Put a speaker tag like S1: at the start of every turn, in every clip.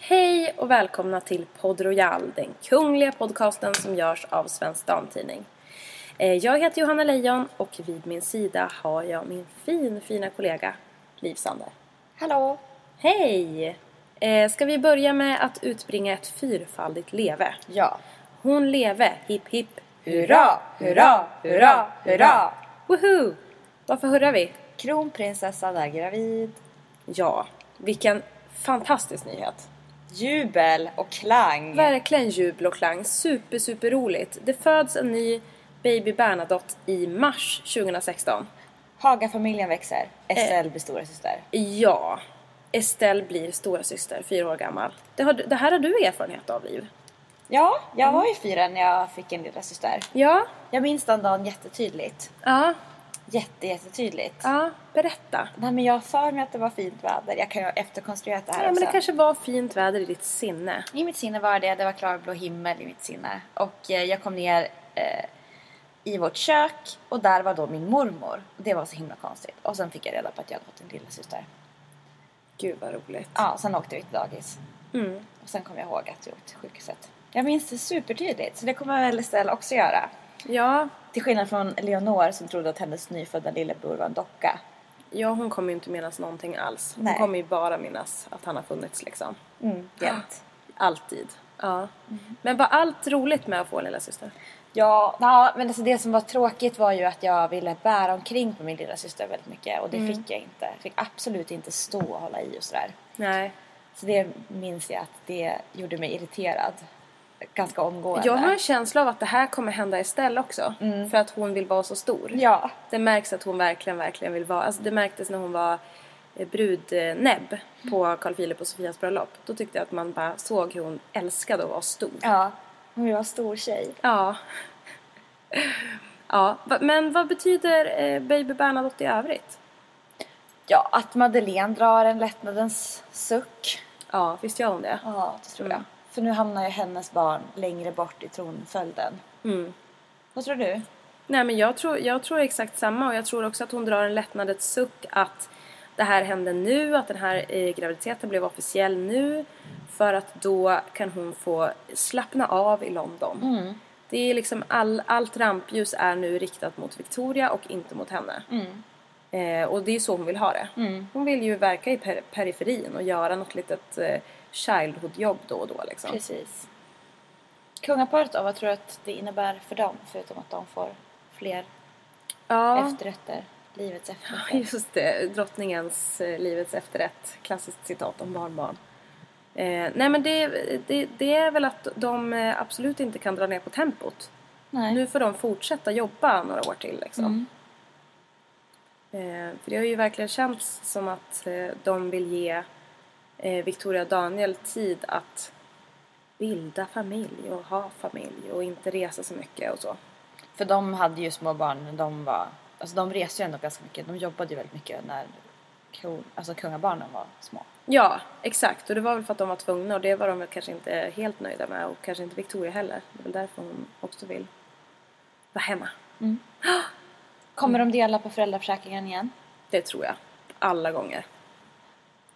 S1: Hej och välkomna till Podd Royal, den kungliga podcasten som görs av Svensk Damtidning. Eh, Jag heter Johanna Lejon och vid min sida har jag min fin, fina kollega Liv Sander.
S2: Hallå!
S1: Hej! Eh, Ska vi börja med att utbringa ett fyrfaldigt leve?
S2: Ja.
S1: Hon leve, hipp hipp!
S2: Hurra, hurra, hurra, hurra!
S1: Woho! Varför hurrar vi?
S2: Kronprinsessan är gravid.
S1: Ja, vilken fantastisk nyhet!
S2: Jubel och klang.
S1: Verkligen jubel och klang. Super, super roligt. Det föds en ny baby Bernadotte i mars 2016.
S2: Hagafamiljen växer. Estelle blir stora syster.
S1: Ja, Estelle blir stora syster, fyra år gammal. Det, har, du- det här har du erfarenhet av, Liv.
S2: Ja, jag var ju fyra när jag fick en lilla syster.
S1: Ja,
S2: Jag minns den dagen jättetydligt.
S1: ja,
S2: Jätte, jättetydligt.
S1: ja. Berätta.
S2: Nej men jag har för mig att det var fint väder. Jag kan ju ha efterkonstruerat det här
S1: Ja, men
S2: också.
S1: det kanske var fint väder i ditt sinne.
S2: I mitt sinne var det, det var klarblå himmel i mitt sinne. Och eh, jag kom ner eh, i vårt kök och där var då min mormor. Och det var så himla konstigt. Och sen fick jag reda på att jag hade fått en lilla syster.
S1: Gud vad roligt.
S2: Ja, sen åkte vi till dagis.
S1: Mm.
S2: Och sen kom jag ihåg att jag åkte till sjukhuset. Jag minns det supertydligt, så det kommer väl Estelle också göra.
S1: Ja,
S2: Till skillnad från Leonor som trodde att hennes nyfödda lillebror var en docka.
S1: ja, hon kommer ju inte minnas någonting alls. Hon
S2: Nej.
S1: kommer ju bara minnas att han har funnits liksom.
S2: Mm, jämt.
S1: Alltid. Ja. Men var allt roligt med att få en lilla syster?
S2: Ja, ja, men alltså det som var tråkigt var ju att jag ville bära omkring på min lilla syster väldigt mycket och det fick jag inte. Jag fick absolut inte stå och hålla i och sådär.
S1: Nej.
S2: Så det minns jag att det gjorde mig irriterad ganska omgående.
S1: Jag har en känsla av att det här kommer hända Estelle också. För att hon vill vara så stor.
S2: Mm. Ja,
S1: Det märks att hon verkligen, verkligen vill vara... Alltså det märktes när hon var eh, brudnäbb
S2: Mm.
S1: på Carl Philip och Sofias bröllop. Då tyckte jag att man bara såg hur hon älskade att vara stor.
S2: ja. Hon var en stor tjej.
S1: Ja. Ja, va- men vad betyder eh, Baby Bernadotte i övrigt?
S2: Ja, att Madeleine drar en lättnadens suck.
S1: Ja, visst gör hon det?
S2: Ja, det tror
S1: Mm.
S2: jag. För nu hamnar ju hennes barn längre bort i tronföljden.
S1: Mm.
S2: Vad tror du?
S1: Nej, men jag tror, jag tror exakt samma och jag tror också att hon drar en lättnadets suck att det här hände nu, att den här eh, graviditeten blev officiell nu för att då kan hon få slappna av i London. Det är liksom all, allt rampljus är nu riktat mot Victoria och inte mot henne. Eh, och det är ju så hon vill ha det. Hon vill ju verka i per, periferin och göra något litet eh, childhood-jobb då och då liksom.
S2: Precis. Kungaparet då, vad tror du att det innebär för dem? Förutom att de får fler
S1: Ja.
S2: efterrätter. Livets
S1: Ja,
S2: efterrätter.
S1: Just det, drottningens eh, livets efterrätt. Klassiskt citat om barnbarn. Eh, nej men det, det, det är väl att de eh, absolut inte kan dra ner på tempot.
S2: Nej.
S1: Nu får de fortsätta jobba några år till liksom. Eh, för det har ju verkligen känts som att eh, de vill ge eh, Victoria och Daniel tid att bilda familj och ha familj och inte resa så mycket och så.
S2: För de hade ju små barn när de var... Alltså de reste ju ändå ganska mycket. De jobbade ju väldigt mycket när kron, alltså kungabarnen var små.
S1: Ja, exakt. Och det var väl för att de var tvungna och det var de väl kanske inte helt nöjda med och kanske inte Victoria heller. Det är väl därför hon också vill vara hemma.
S2: Kommer de dela på föräldraförsäkringen igen?
S1: Det tror jag. Alla gånger.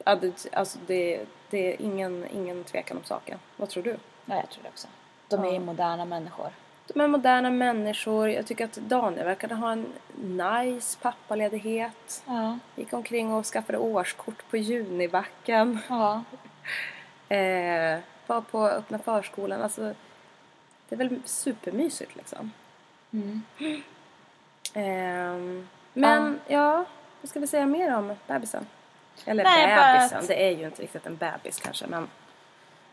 S1: Ja, det- Alltså det, det är ingen, ingen tvekan om saken. Vad tror du?
S2: Ja, jag tror det också. De är ju moderna människor.
S1: De är moderna människor. Jag tycker att Daniel verkade ha en nice pappaledighet.
S2: Ja.
S1: Gick omkring och skaffade årskort på Junibacken.
S2: Ja.
S1: Eh, var på öppna förskolan. Alltså, det är väl supermysigt
S2: Mm.
S1: liksom. Ehm, men ja, Vad ska vi säga mer om bebisen? Eller
S2: Nej, bara
S1: bebisen,
S2: att-
S1: det är ju inte riktigt en bebis kanske men...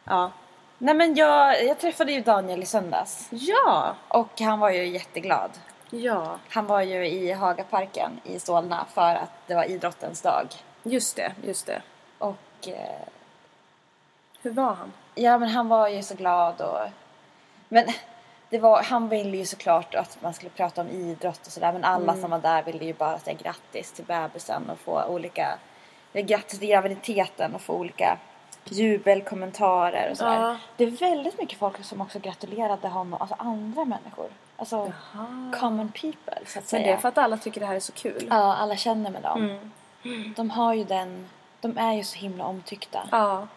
S1: Ja.
S2: Nej men jag, jag träffade ju Daniel i söndags.
S1: Ja!
S2: Och han var ju jätteglad.
S1: Ja,
S2: Han var ju i Hagaparken i Solna för att det var idrottens dag.
S1: just det, just det.
S2: Och eh,
S1: Hur var han?
S2: ja men han var ju så glad och... Men det var, han ville ju såklart att man skulle prata om idrott och sådär men alla
S1: Mm.
S2: som var där ville ju bara säga grattis till bebisen och få olika... Eller grattis till graviditeten och få olika jubelkommentarer och sådär.
S1: Ja.
S2: Det är väldigt mycket folk som också gratulerade honom, alltså andra människor. Alltså common people så att
S1: Men
S2: säga.
S1: det är för att alla tycker det här är så kul.
S2: Ja, alla känner med dem. De har ju den... De är ju så himla omtyckta.
S1: Mm. Ja.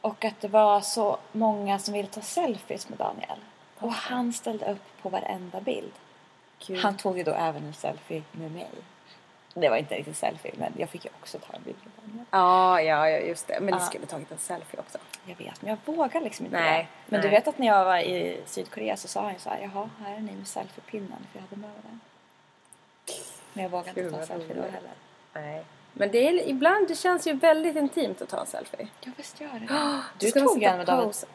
S2: Och att det var så många som ville ta selfies med Daniel. Och han ställde upp på varenda bild.
S1: Kul.
S2: Han tog ju då även en selfie med mig. Det var inte riktigt selfie, men jag fick ju också ta en bild med Daniel.
S1: Ja, ja, ja, just det. Men du
S2: Ja.
S1: skulle tagit en selfie också.
S2: Jag vet, men jag vågar liksom inte
S1: Nej,
S2: det. Men du
S1: nej.
S2: vet att när jag var i Sydkorea så sa han ju så här, jaha, här är ni med selfiepinnen, för jag hade med mig den. Men jag vågade
S1: Gud,
S2: inte ta
S1: vad
S2: selfie då
S1: roligt.
S2: heller.
S1: Nej. Men det är, ibland det känns ju väldigt intimt att ta en selfie.
S2: Ja, visst gör det det. Du
S1: Ska man
S2: tog
S1: sitta
S2: en med
S1: på
S2: David,
S1: pausen?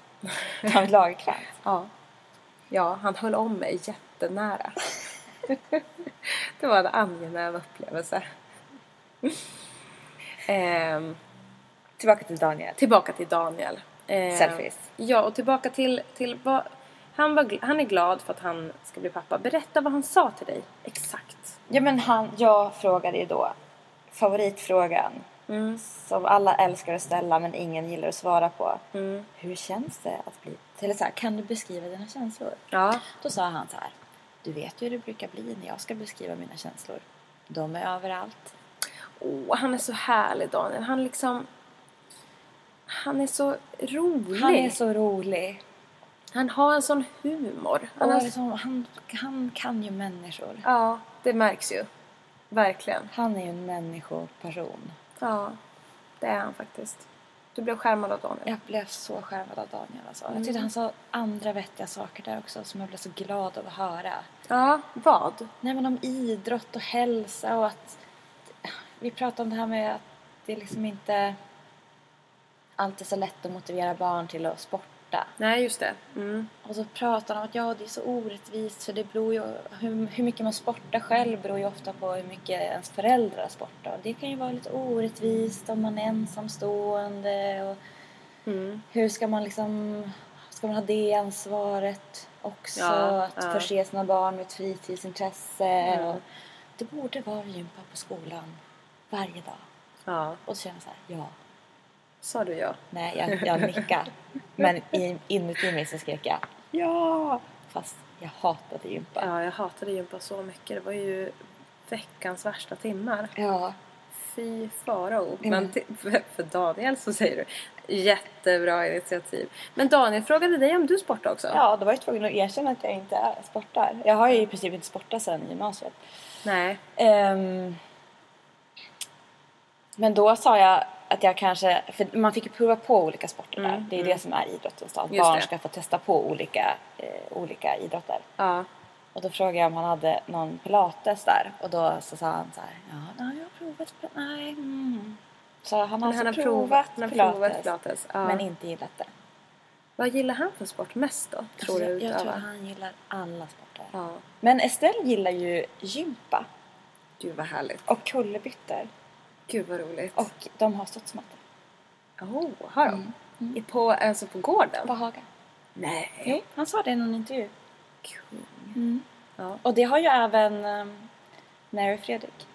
S2: David Lagercrantz.
S1: Ja. Ja, han höll om mig jättenära. det var en angenäm upplevelse. Ehm,
S2: Tillbaka till Daniel.
S1: tillbaka till Daniel. Ehm,
S2: Selfies.
S1: Ja, och tillbaka till, till vad... Han, var, gl- han är glad för att han ska bli pappa. Berätta vad han sa till dig. Exakt.
S2: Ja men han, jag frågade ju då favoritfrågan
S1: Mm.
S2: som alla älskar att ställa men ingen gillar att svara på.
S1: Mm.
S2: Hur känns det att bli, eller så här, kan du beskriva dina känslor?
S1: Ja.
S2: Då sa han så här, du vet ju hur det brukar bli när jag ska beskriva mina känslor. De är överallt.
S1: Åh, han är så härlig Daniel. Han liksom... Han är så rolig.
S2: Han är så rolig.
S1: han har en sån humor.
S2: Han,
S1: Han har-
S2: liksom, han, han kan ju människor.
S1: Ja, det märks ju. Verkligen.
S2: Han är ju en människoperson.
S1: Ja, det är han faktiskt. Du blev skärmad av Daniel.
S2: Jag blev så skärmad av Daniel alltså. Jag tyckte han sa andra vettiga saker där också som jag blev så glad av att höra.
S1: Ja, vad?
S2: Nej men om idrott och hälsa och att... Vi pratade om det här med att det liksom inte alltid är så lätt att motivera barn till att sporta.
S1: Nej, just det. Mm.
S2: Och så pratade han om att ja, det är så orättvist för det beror ju... Hur, hur mycket man sportar själv beror ju ofta på hur mycket ens föräldrar sportar. Och det kan ju vara lite orättvist om man är ensamstående och
S1: Mm.
S2: hur ska man liksom... Ska man ha det ansvaret också?
S1: Ja,
S2: att
S1: ja.
S2: förse sina barn med ett fritidsintresse? Och det borde vara gympa på skolan varje dag.
S1: Ja.
S2: Och så känner jag så här, ja.
S1: Sa du ja?
S2: Nej, jag, jag nickar. Men i- inuti mig så skrek jag, ja! Fast jag hatade gympa.
S1: Ja, jag hatade gympa så mycket. Det var ju veckans värsta timmar.
S2: Ja.
S1: Fy farao.
S2: Mm.
S1: Men t- för- för Daniel så säger du jättebra initiativ. Men Daniel frågade dig om du sportade också?
S2: Ja, då var jag tvungen att erkänna att jag inte är sportar. Jag har ju i princip inte sportat sedan gymnasiet.
S1: Nej.
S2: Ehm, men då sa jag att jag kanske, för man fick ju prova på olika sporter där. Det är det som är idrottens dag, att
S1: Mm, Just
S2: barn
S1: det.
S2: ska få testa på olika, eh, olika idrotter.
S1: Ja.
S2: Och då frågade jag om han hade någon pilates där och då så sa han så här, ja, nej, jag har provat, pil- nej. Mm. Så han har
S1: Men
S2: alltså
S1: han har
S2: provat,
S1: provat, han har
S2: pilates,
S1: provat pilates. Ja.
S2: men inte gillat det.
S1: Vad gillar han för sport mest då? Tror
S2: Alltså,
S1: du
S2: jag, jag tror
S1: utövar?
S2: att han gillar alla sporter.
S1: Ja.
S2: Men Estelle gillar ju gympa
S1: Gud vad härligt.
S2: och kullerbyttor
S1: Gud vad roligt.
S2: och de har studsmatta
S1: Oh, har de?
S2: Mm.
S1: I På, alltså på gården?
S2: på Haga.
S1: Nej.
S2: Jo, han sa det i någon intervju.
S1: Kung.
S2: Mm.
S1: Ja.
S2: Ja. Och det har ju även um, Nary och Fredrik.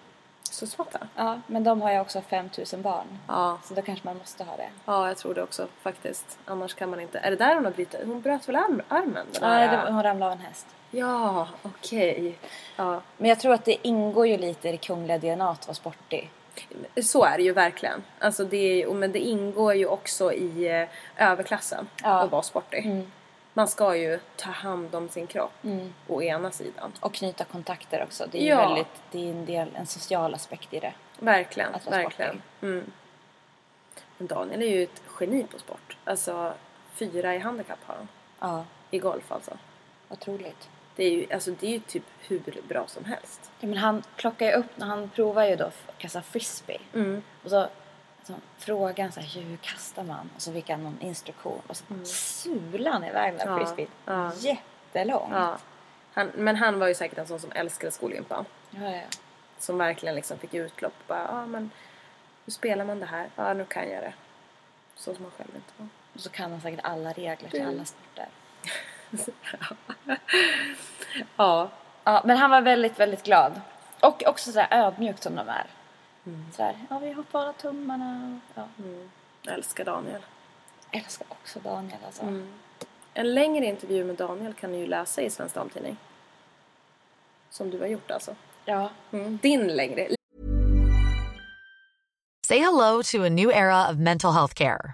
S1: Studsmatta?
S2: Ja, men de har ju också 5000 barn.
S1: Ja.
S2: Så då kanske man måste ha det.
S1: ja, jag tror det också faktiskt. Annars kan man inte. Är det där hon har brutit? Hon bröt väl arm, armen? den
S2: Nej,
S1: här-
S2: det var- hon ramlade av en häst.
S1: Ja, okej. Ja.
S2: Men jag tror att det ingår ju lite i det kungliga DNA att vara sportig.
S1: Så är det ju verkligen. Alltså det är, ju- och men det ingår ju också i eh, överklassen
S2: Ja. Mm.
S1: att vara sportig. Man ska ju ta hand om sin kropp å ena sidan.
S2: Och knyta kontakter också. Det är ju
S1: Ja.
S2: väldigt, det är en del, en social aspekt i det.
S1: Verkligen,
S2: Att vara
S1: verkligen. Mm. Men Daniel är ju ett geni på sport. Alltså, fyra i handikapp har han.
S2: Ja,
S1: I golf alltså.
S2: otroligt.
S1: Det är ju, alltså, det är ju typ hur bra som helst.
S2: Ja, men han plockar ju upp, när han provar ju då att kasta frisbee.
S1: Mm.
S2: Och så, så frågar han så här, hur kastar man? Och så fick han någon instruktion. Och så sulade han iväg den
S1: Mm. Ja,
S2: där frisbeen.
S1: ja.
S2: Jättelångt.
S1: Ja. Han, men han var ju säkert en sån som älskade skolgympan.
S2: Ja, ja.
S1: Som verkligen liksom fick utlopp. Bara, ah, men hur spelar man det här? Ja, nu kan jag det. Så som han själv inte var.
S2: Och så kan han säkert alla regler till alla sporter.
S1: Ja.
S2: Ja, men han var väldigt, väldigt glad. Och också så här ödmjuk som de är.
S1: Mm.
S2: Så här, ja vi har bara tummarna. och- Ja.
S1: Jag älskar Daniel.
S2: Jag älskar också Daniel alltså.
S1: Mm. En längre intervju med Daniel kan ni ju läsa i Svensk Damtidning. Som du har gjort alltså.
S2: Ja.
S1: Din längre.
S3: Say hello to a new era of mental health care.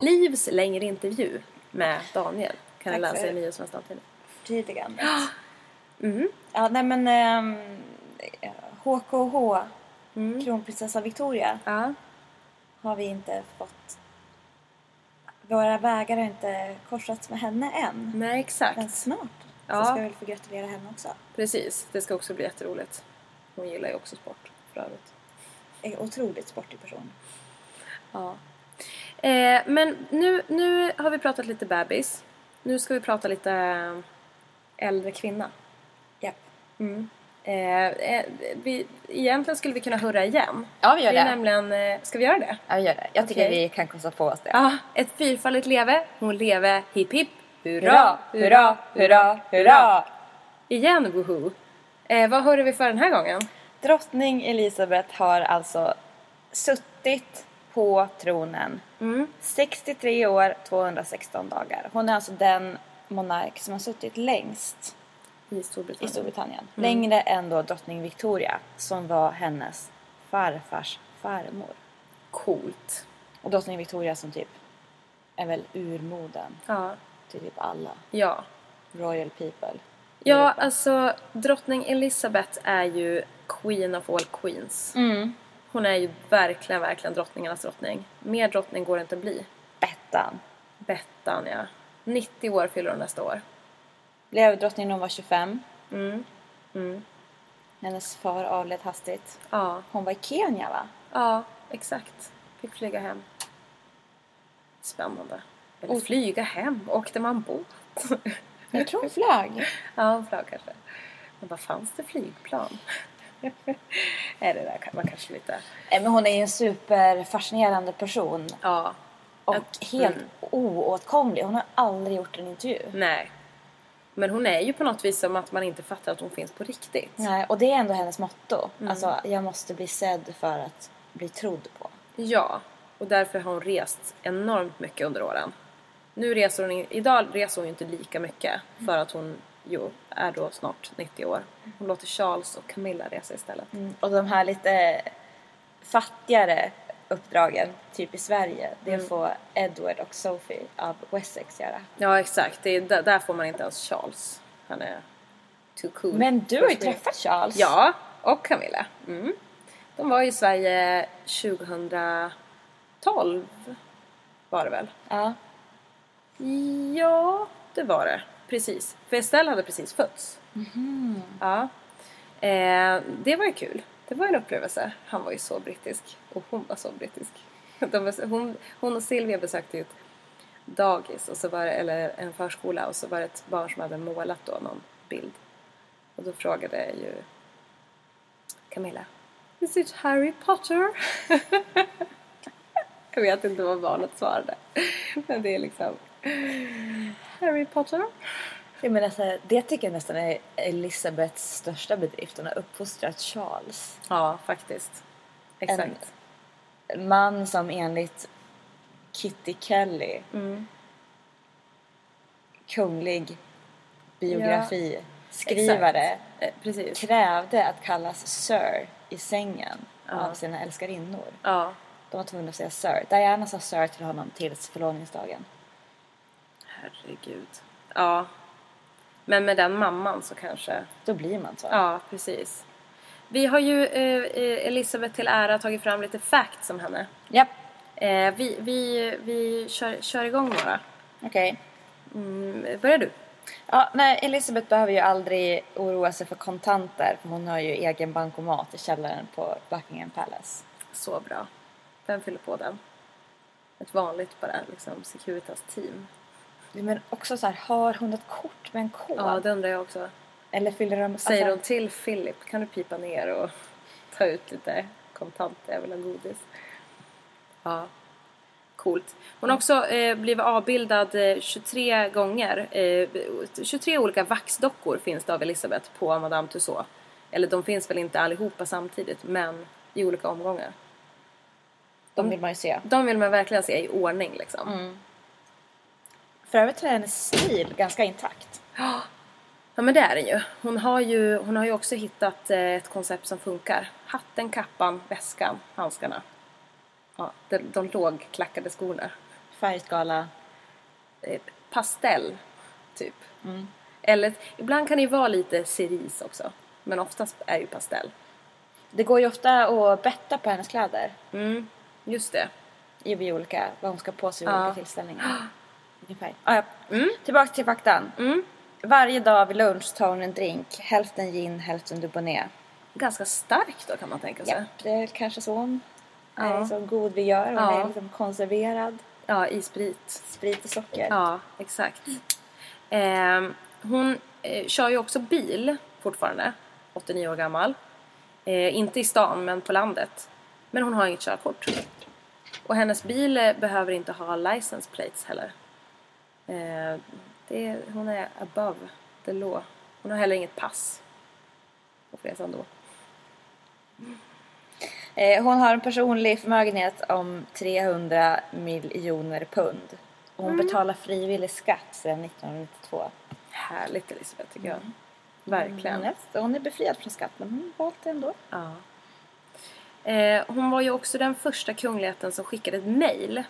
S1: Livs längre intervju med Daniel kan ni
S2: Tack
S1: läsa
S2: för
S1: i
S2: det.
S1: Nya Svensk Damtidning.
S2: Tidigan. Mm. Ja, nej men ehm, HKH, Mm. kronprinsessa Victoria,
S1: Ja.
S2: har vi inte fått... Våra vägar har inte korsats med henne än.
S1: Nej,
S2: Men
S1: exakt.
S2: snart
S1: Ja.
S2: så ska vi väl få gratulera henne också.
S1: Precis. Det ska också bli jätteroligt. Hon gillar ju också sport för övrigt.
S2: En otroligt sportig person.
S1: Ja. Eh, men nu, nu har vi pratat lite bebis. Nu ska vi prata lite äldre kvinna.
S2: Japp.
S1: Eh, eh, vi, egentligen skulle vi kunna hurra igen.
S2: Ja, vi gör
S1: det. Är
S2: det.
S1: nämligen, eh, ska vi göra det?
S2: Ja, vi gör det. Jag tycker
S1: Okej.
S2: vi kan kosta på oss det.
S1: Ja, ett fyrfaldigt leve. Hon leve. Hipp hipp.
S2: Hurra, hurra, hurra, hurra!
S1: Igen, woho! Eh, vad hörde vi för den här gången?
S2: Drottning Elisabeth har alltså suttit på tronen 63 år, 216 dagar. Hon är alltså den monark som har suttit längst
S1: I
S2: i
S1: Storbritannien.
S2: Storbritannien. Längre än då drottning Victoria som var hennes farfars farmor.
S1: Coolt.
S2: Och drottning Victoria som typ är väl urmoden
S1: Ja.
S2: till typ alla
S1: Ja.
S2: royal people.
S1: Ja, alltså drottning Elizabeth är ju queen of all queens. Hon är ju verkligen, verkligen drottningarnas drottning. Mer drottning går det inte att bli.
S2: Bettan.
S1: Bettan, ja. 90 år fyller hon nästa år.
S2: Blev drottning när hon var 25. Hennes far avled hastigt.
S1: Ja,
S2: Hon var i Kenya va?
S1: ja, exakt. Fick flyga hem. Spännande. Eller flyga hem? Åkte man båt?
S2: Jag tror hon flög.
S1: Ja, en flagg kanske. Men vad fanns det flygplan? Nej, det där kan man kanske lite...
S2: Nej, Men hon är ju en superfascinerande person.
S1: Ja,
S2: Och
S1: Att-
S2: helt oåtkomlig. Hon har aldrig gjort en intervju.
S1: nej. Men hon är ju på något vis som att man inte fattar att hon finns på riktigt.
S2: Nej, och det är ändå hennes motto. Alltså, jag måste bli sedd för att bli trodd på.
S1: Ja, och därför har hon rest enormt mycket under åren. Nu reser hon, i- idag reser hon ju inte lika mycket för att hon jo, är då snart 90 år. Hon låter Charles och Camilla resa istället.
S2: Och de här lite fattigare uppdragen, typ i Sverige, det får Edward och Sophie av Wessex göra.
S1: Ja, exakt. Det är, där där får man inte ens Charles. Han är too cool.
S2: Men du har ju
S1: För-
S2: träffat Charles.
S1: Ja, och Camilla. Mm. De var i Sverige 2008 12 var det väl?
S2: Ja.
S1: Ja, det var det. Precis. För Estelle hade precis fötts. Ja. Eh, det var ju kul. Det var en upplevelse. Han var ju så brittisk. Och hon var så brittisk. De, bes- hon, hon och Silvia besökte ju ett dagis, och så var det, eller en förskola, och så var det ett barn som hade målat då någon bild. Och då frågade ju Camilla. Is it Harry Potter? Jag vet inte vad barnet svarade. Men det är liksom... Harry Potter?
S2: Jag menar, så här, det tycker jag nästan är Elisabeths största bedrift. Hon har uppfostrat Charles.
S1: Ja, faktiskt. Exakt.
S2: En man som enligt Kitty Kelly, kunglig biografiskrivare,
S1: Eh, precis.
S2: krävde att kallas Sir i sängen av sina älskarinnor.
S1: Ja.
S2: De var tvungna att säga Sir. Diana sa Sir till honom tills förlovningsdagen.
S1: Herregud. Ja. Men med den mamman så kanske...
S2: Då blir man så.
S1: Ja, precis. Vi har ju eh, eh, Elisabeth till ära tagit fram lite facts om henne.
S2: Japp,
S1: Eh, vi vi, vi kör, kör igång några.
S2: okej.
S1: Mm, börjar du?
S2: Ja, nej, Elisabeth behöver ju aldrig oroa sig för kontanter för hon har ju egen bankomat i källaren på Buckingham Palace.
S1: Så bra. Vem fyller på den? Ett vanligt bara liksom Securitas team.
S2: Men också så här, har hon ett kort med en kod?
S1: Ja, det undrar jag också.
S2: Eller fyller de...
S1: Säger
S2: alltså,
S1: de till Philip, kan du pipa ner och ta ut lite kontanter, jag vill ha godis. Ja, coolt. Hon har också eh, blivit avbildad eh, 23 gånger. Eh, 23 olika vaxdockor finns det av Elisabeth på Madame Tussauds. Eller de finns väl inte allihopa samtidigt, men i olika omgångar.
S2: De vill man ju se.
S1: De vill man verkligen se i ordning liksom.
S2: För övrigt är hennes stil ganska intakt.
S1: Ja men det är den ju. Hon har ju, hon har ju också hittat eh, ett koncept som funkar. Hatten, kappan, väskan, handskarna. Ja, de, de lågklackade skorna.
S2: Färgskala.
S1: Eh, pastell, typ. Eller, ibland kan det ju vara lite cerise också. Men oftast är ju pastell.
S2: Det går ju ofta att betta på hennes kläder.
S1: Mm, just det.
S2: I vid olika, vad hon ska ha på sig vid
S1: Ja.
S2: olika tillställningar. Ungefär. Mm. Ah, ja. Tillbaka till faktan. Varje dag vid lunch tar hon en drink. Hälften gin, hälften Dubonnet.
S1: Ganska starkt då kan man tänka sig.
S2: Ja, det är kanske så hon
S1: Ja.
S2: är så god vi gör. Hon
S1: Ja.
S2: är liksom konserverad.
S1: Ja, i sprit.
S2: Sprit och socker.
S1: Ja, exakt. Ehm, hon eh, kör ju också bil fortfarande, 89 år gammal. Eh, inte i stan, men på landet. Men hon har inget körkort. Och hennes bil eh, behöver inte ha license plates heller. Eh, det, hon är above the law. Hon har heller inget pass. På resan då.
S2: Eh, hon har en personlig förmögenhet om 300 miljoner pund. Och hon betalar frivillig skatt sedan 1992.
S1: Härligt Elisabeth tycker jag. Verkligen.
S2: Mm, yes. Hon är befriad från skatt men hon har valt det ändå.
S1: Ja. Eh, hon var ju också den första kungligheten som skickade ett mejl.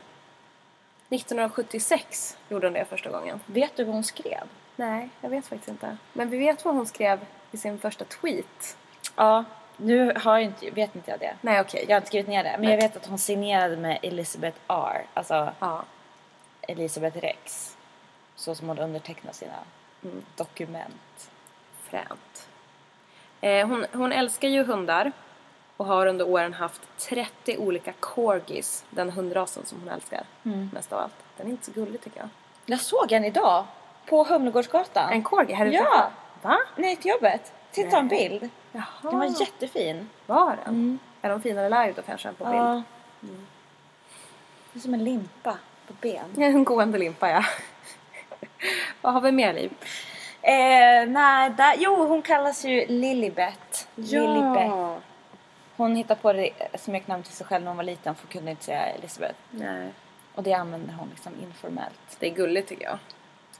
S1: 1976 gjorde hon det första gången.
S2: Vet du vad hon skrev?
S1: Nej, jag vet faktiskt inte. Men vi vet vad hon skrev i sin första tweet.
S2: Ja, nu har jag inte, vet inte jag det.
S1: Nej, okej.
S2: Jag har inte skrivit ner det. Men jag vet att hon signerade med Elizabeth R. Alltså
S1: Ja.
S2: Elizabeth Rex. Så som hon undertecknar sina
S1: Mm.
S2: dokument.
S1: Fränt. Eh, hon, hon älskar ju hundar och har under åren haft 30 olika corgis, den hundrasen som hon älskar mest av allt. Den är inte så gullig tycker jag.
S2: Jag såg en idag. På Humlegårdsgatan.
S1: En corgi? Här
S2: Ja!
S1: Va?
S2: Nej, till jobbet. Titta en bild.
S1: Jaha.
S2: Den var jättefin.
S1: Var den? Är de finare live då kanske än på bild?
S2: Ja.
S1: Mm.
S2: Det är som en limpa på ben.
S1: En gående limpa, ja. Vad har vi mer, Liv?
S2: Eh, nej, där, jo, hon kallas ju Lilibet. Lilibet. Hon hittade på det smeknamn till sig själv när hon var liten för hon kunde inte säga Elisabeth.
S1: Nej.
S2: Och det använder hon liksom informellt.
S1: Det är gulligt, tycker jag.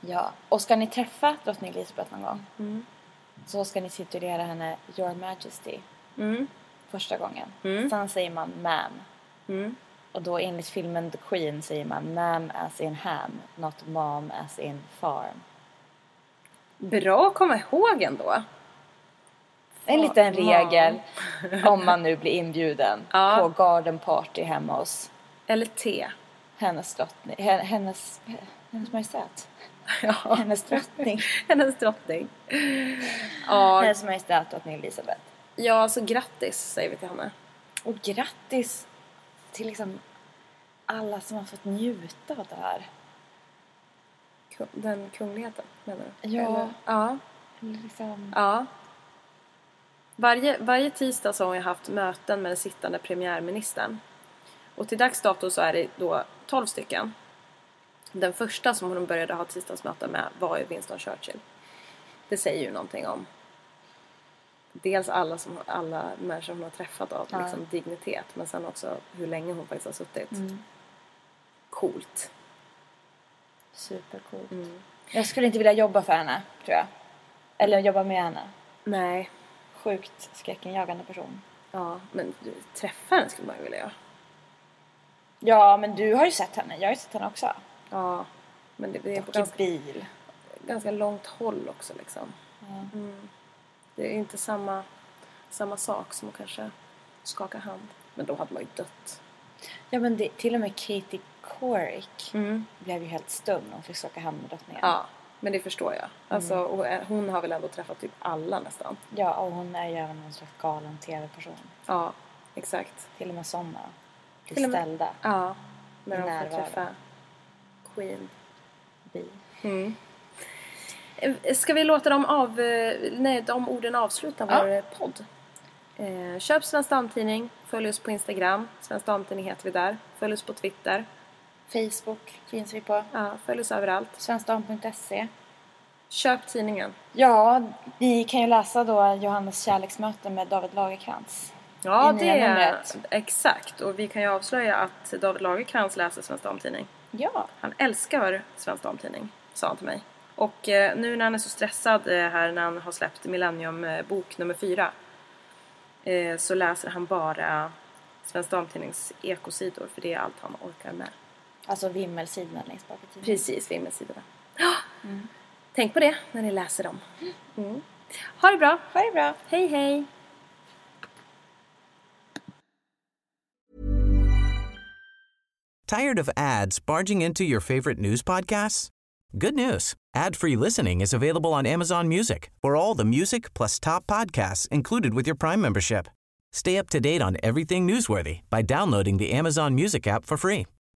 S2: Ja. Och ska ni träffa drottning Elisabeth någon gång så ska ni titulera henne Your Majesty
S1: Mm.
S2: första gången. Sen säger man ma'am.
S1: Mm.
S2: Och då enligt filmen The Queen säger man ma'am as in ham, not mom as in farm.
S1: Bra att komma ihåg ändå.
S2: En liten
S1: Ja.
S2: regel om man nu blir inbjuden
S1: Ja.
S2: på garden party hemma hos
S1: Eller te.
S2: Hennes drottning. hen- Hennes, hennes majestät.
S1: Ja.
S2: Hennes drottning.
S1: Hennes drottning. Ja,
S2: Hennes majestät drottning Elisabeth.
S1: ja, så grattis säger vi till henne.
S2: Och grattis till liksom alla som har fått njuta av det här.
S1: Ku- Den kungligheten menar du?
S2: Ja.
S1: Eller- ja.
S2: Eller Liksom,
S1: Ja. Varje, varje tisdag så har jag haft möten med den sittande premiärministern. Och till dags dato så är det då 12 stycken. Den första som hon började ha tisdagsmöten med var ju Winston Churchill. Det säger ju någonting om dels alla, som, alla människor hon har träffat av
S2: Ja.
S1: liksom dignitet men sen också hur länge hon faktiskt har suttit. Coolt.
S2: Supercoolt.
S1: Mm.
S2: Jag skulle inte vilja jobba för henne, tror jag. Eller jobba med henne.
S1: Nej,
S2: Sjukt skräckinjagande person.
S1: ja, men du, träffa henne skulle man ju vilja göra.
S2: Ja, men du har ju sett henne. Jag har ju sett henne också.
S1: Ja, men det, det är på
S2: Och typ i
S1: ganska
S2: bil.
S1: ganska långt håll också liksom. Mm. Det är inte samma, samma sak som att kanske skaka hand. Men då hade man ju dött.
S2: Ja, men det, till och med Katie Couric blev ju helt stum när hon fick skaka hand med drottningen.
S1: Mm. Ja, men det förstår jag. Alltså, och eh, hon har väl ändå träffat typ alla nästan.
S2: ja, och hon är ju även någon slags galen tv-person.
S1: Ja, exakt.
S2: Till och med sådana blir
S1: Till och med-
S2: ställda
S1: Ja, när de får
S2: Närvaro.
S1: träffa Queen. Mm.
S2: bi.
S1: Eh, Ska vi låta dem av, eh, nej, de orden avsluta
S2: Ja.
S1: vår eh, podd? Eh, köp Svensk Damtidning, följ oss på Instagram, Svensk Damtidning heter vi där. Följ oss på Twitter,
S2: Facebook finns vi på.
S1: ja, följ oss överallt.
S2: Svenskdam.se.
S1: Köp tidningen.
S2: Ja, ni kan ju läsa då Johannes kärleksmöte med David Lagercrantz.
S1: Ja,
S2: I nya numret.
S1: Exakt. Och vi kan ju avslöja att David Lagercrantz läser Svensk Damtidning.
S2: Ja.
S1: Han älskar Svensk Damtidning, sa han till mig. Och eh, nu när han är så stressad eh, här när han har släppt Millennium eh, bok nummer fyra eh, så läser han bara Svensk Damtidnings ekosidor för det är allt han orkar med.
S2: Alltså vimmelsidorna längst bak i tiden.
S1: Precis, vimmelsidorna. Ja.
S2: Mm.
S1: Tänk på det när ni läser dem. Mm. Ha det bra!
S2: Ha det bra.
S1: Hej hej!
S4: Tired of ads barging into your favorite news podcasts? Good news. Ad-free listening is available on Amazon Music. For all the music plus top podcasts included with your Prime membership. Stay up to date on everything newsworthy by downloading the Amazon Music app for free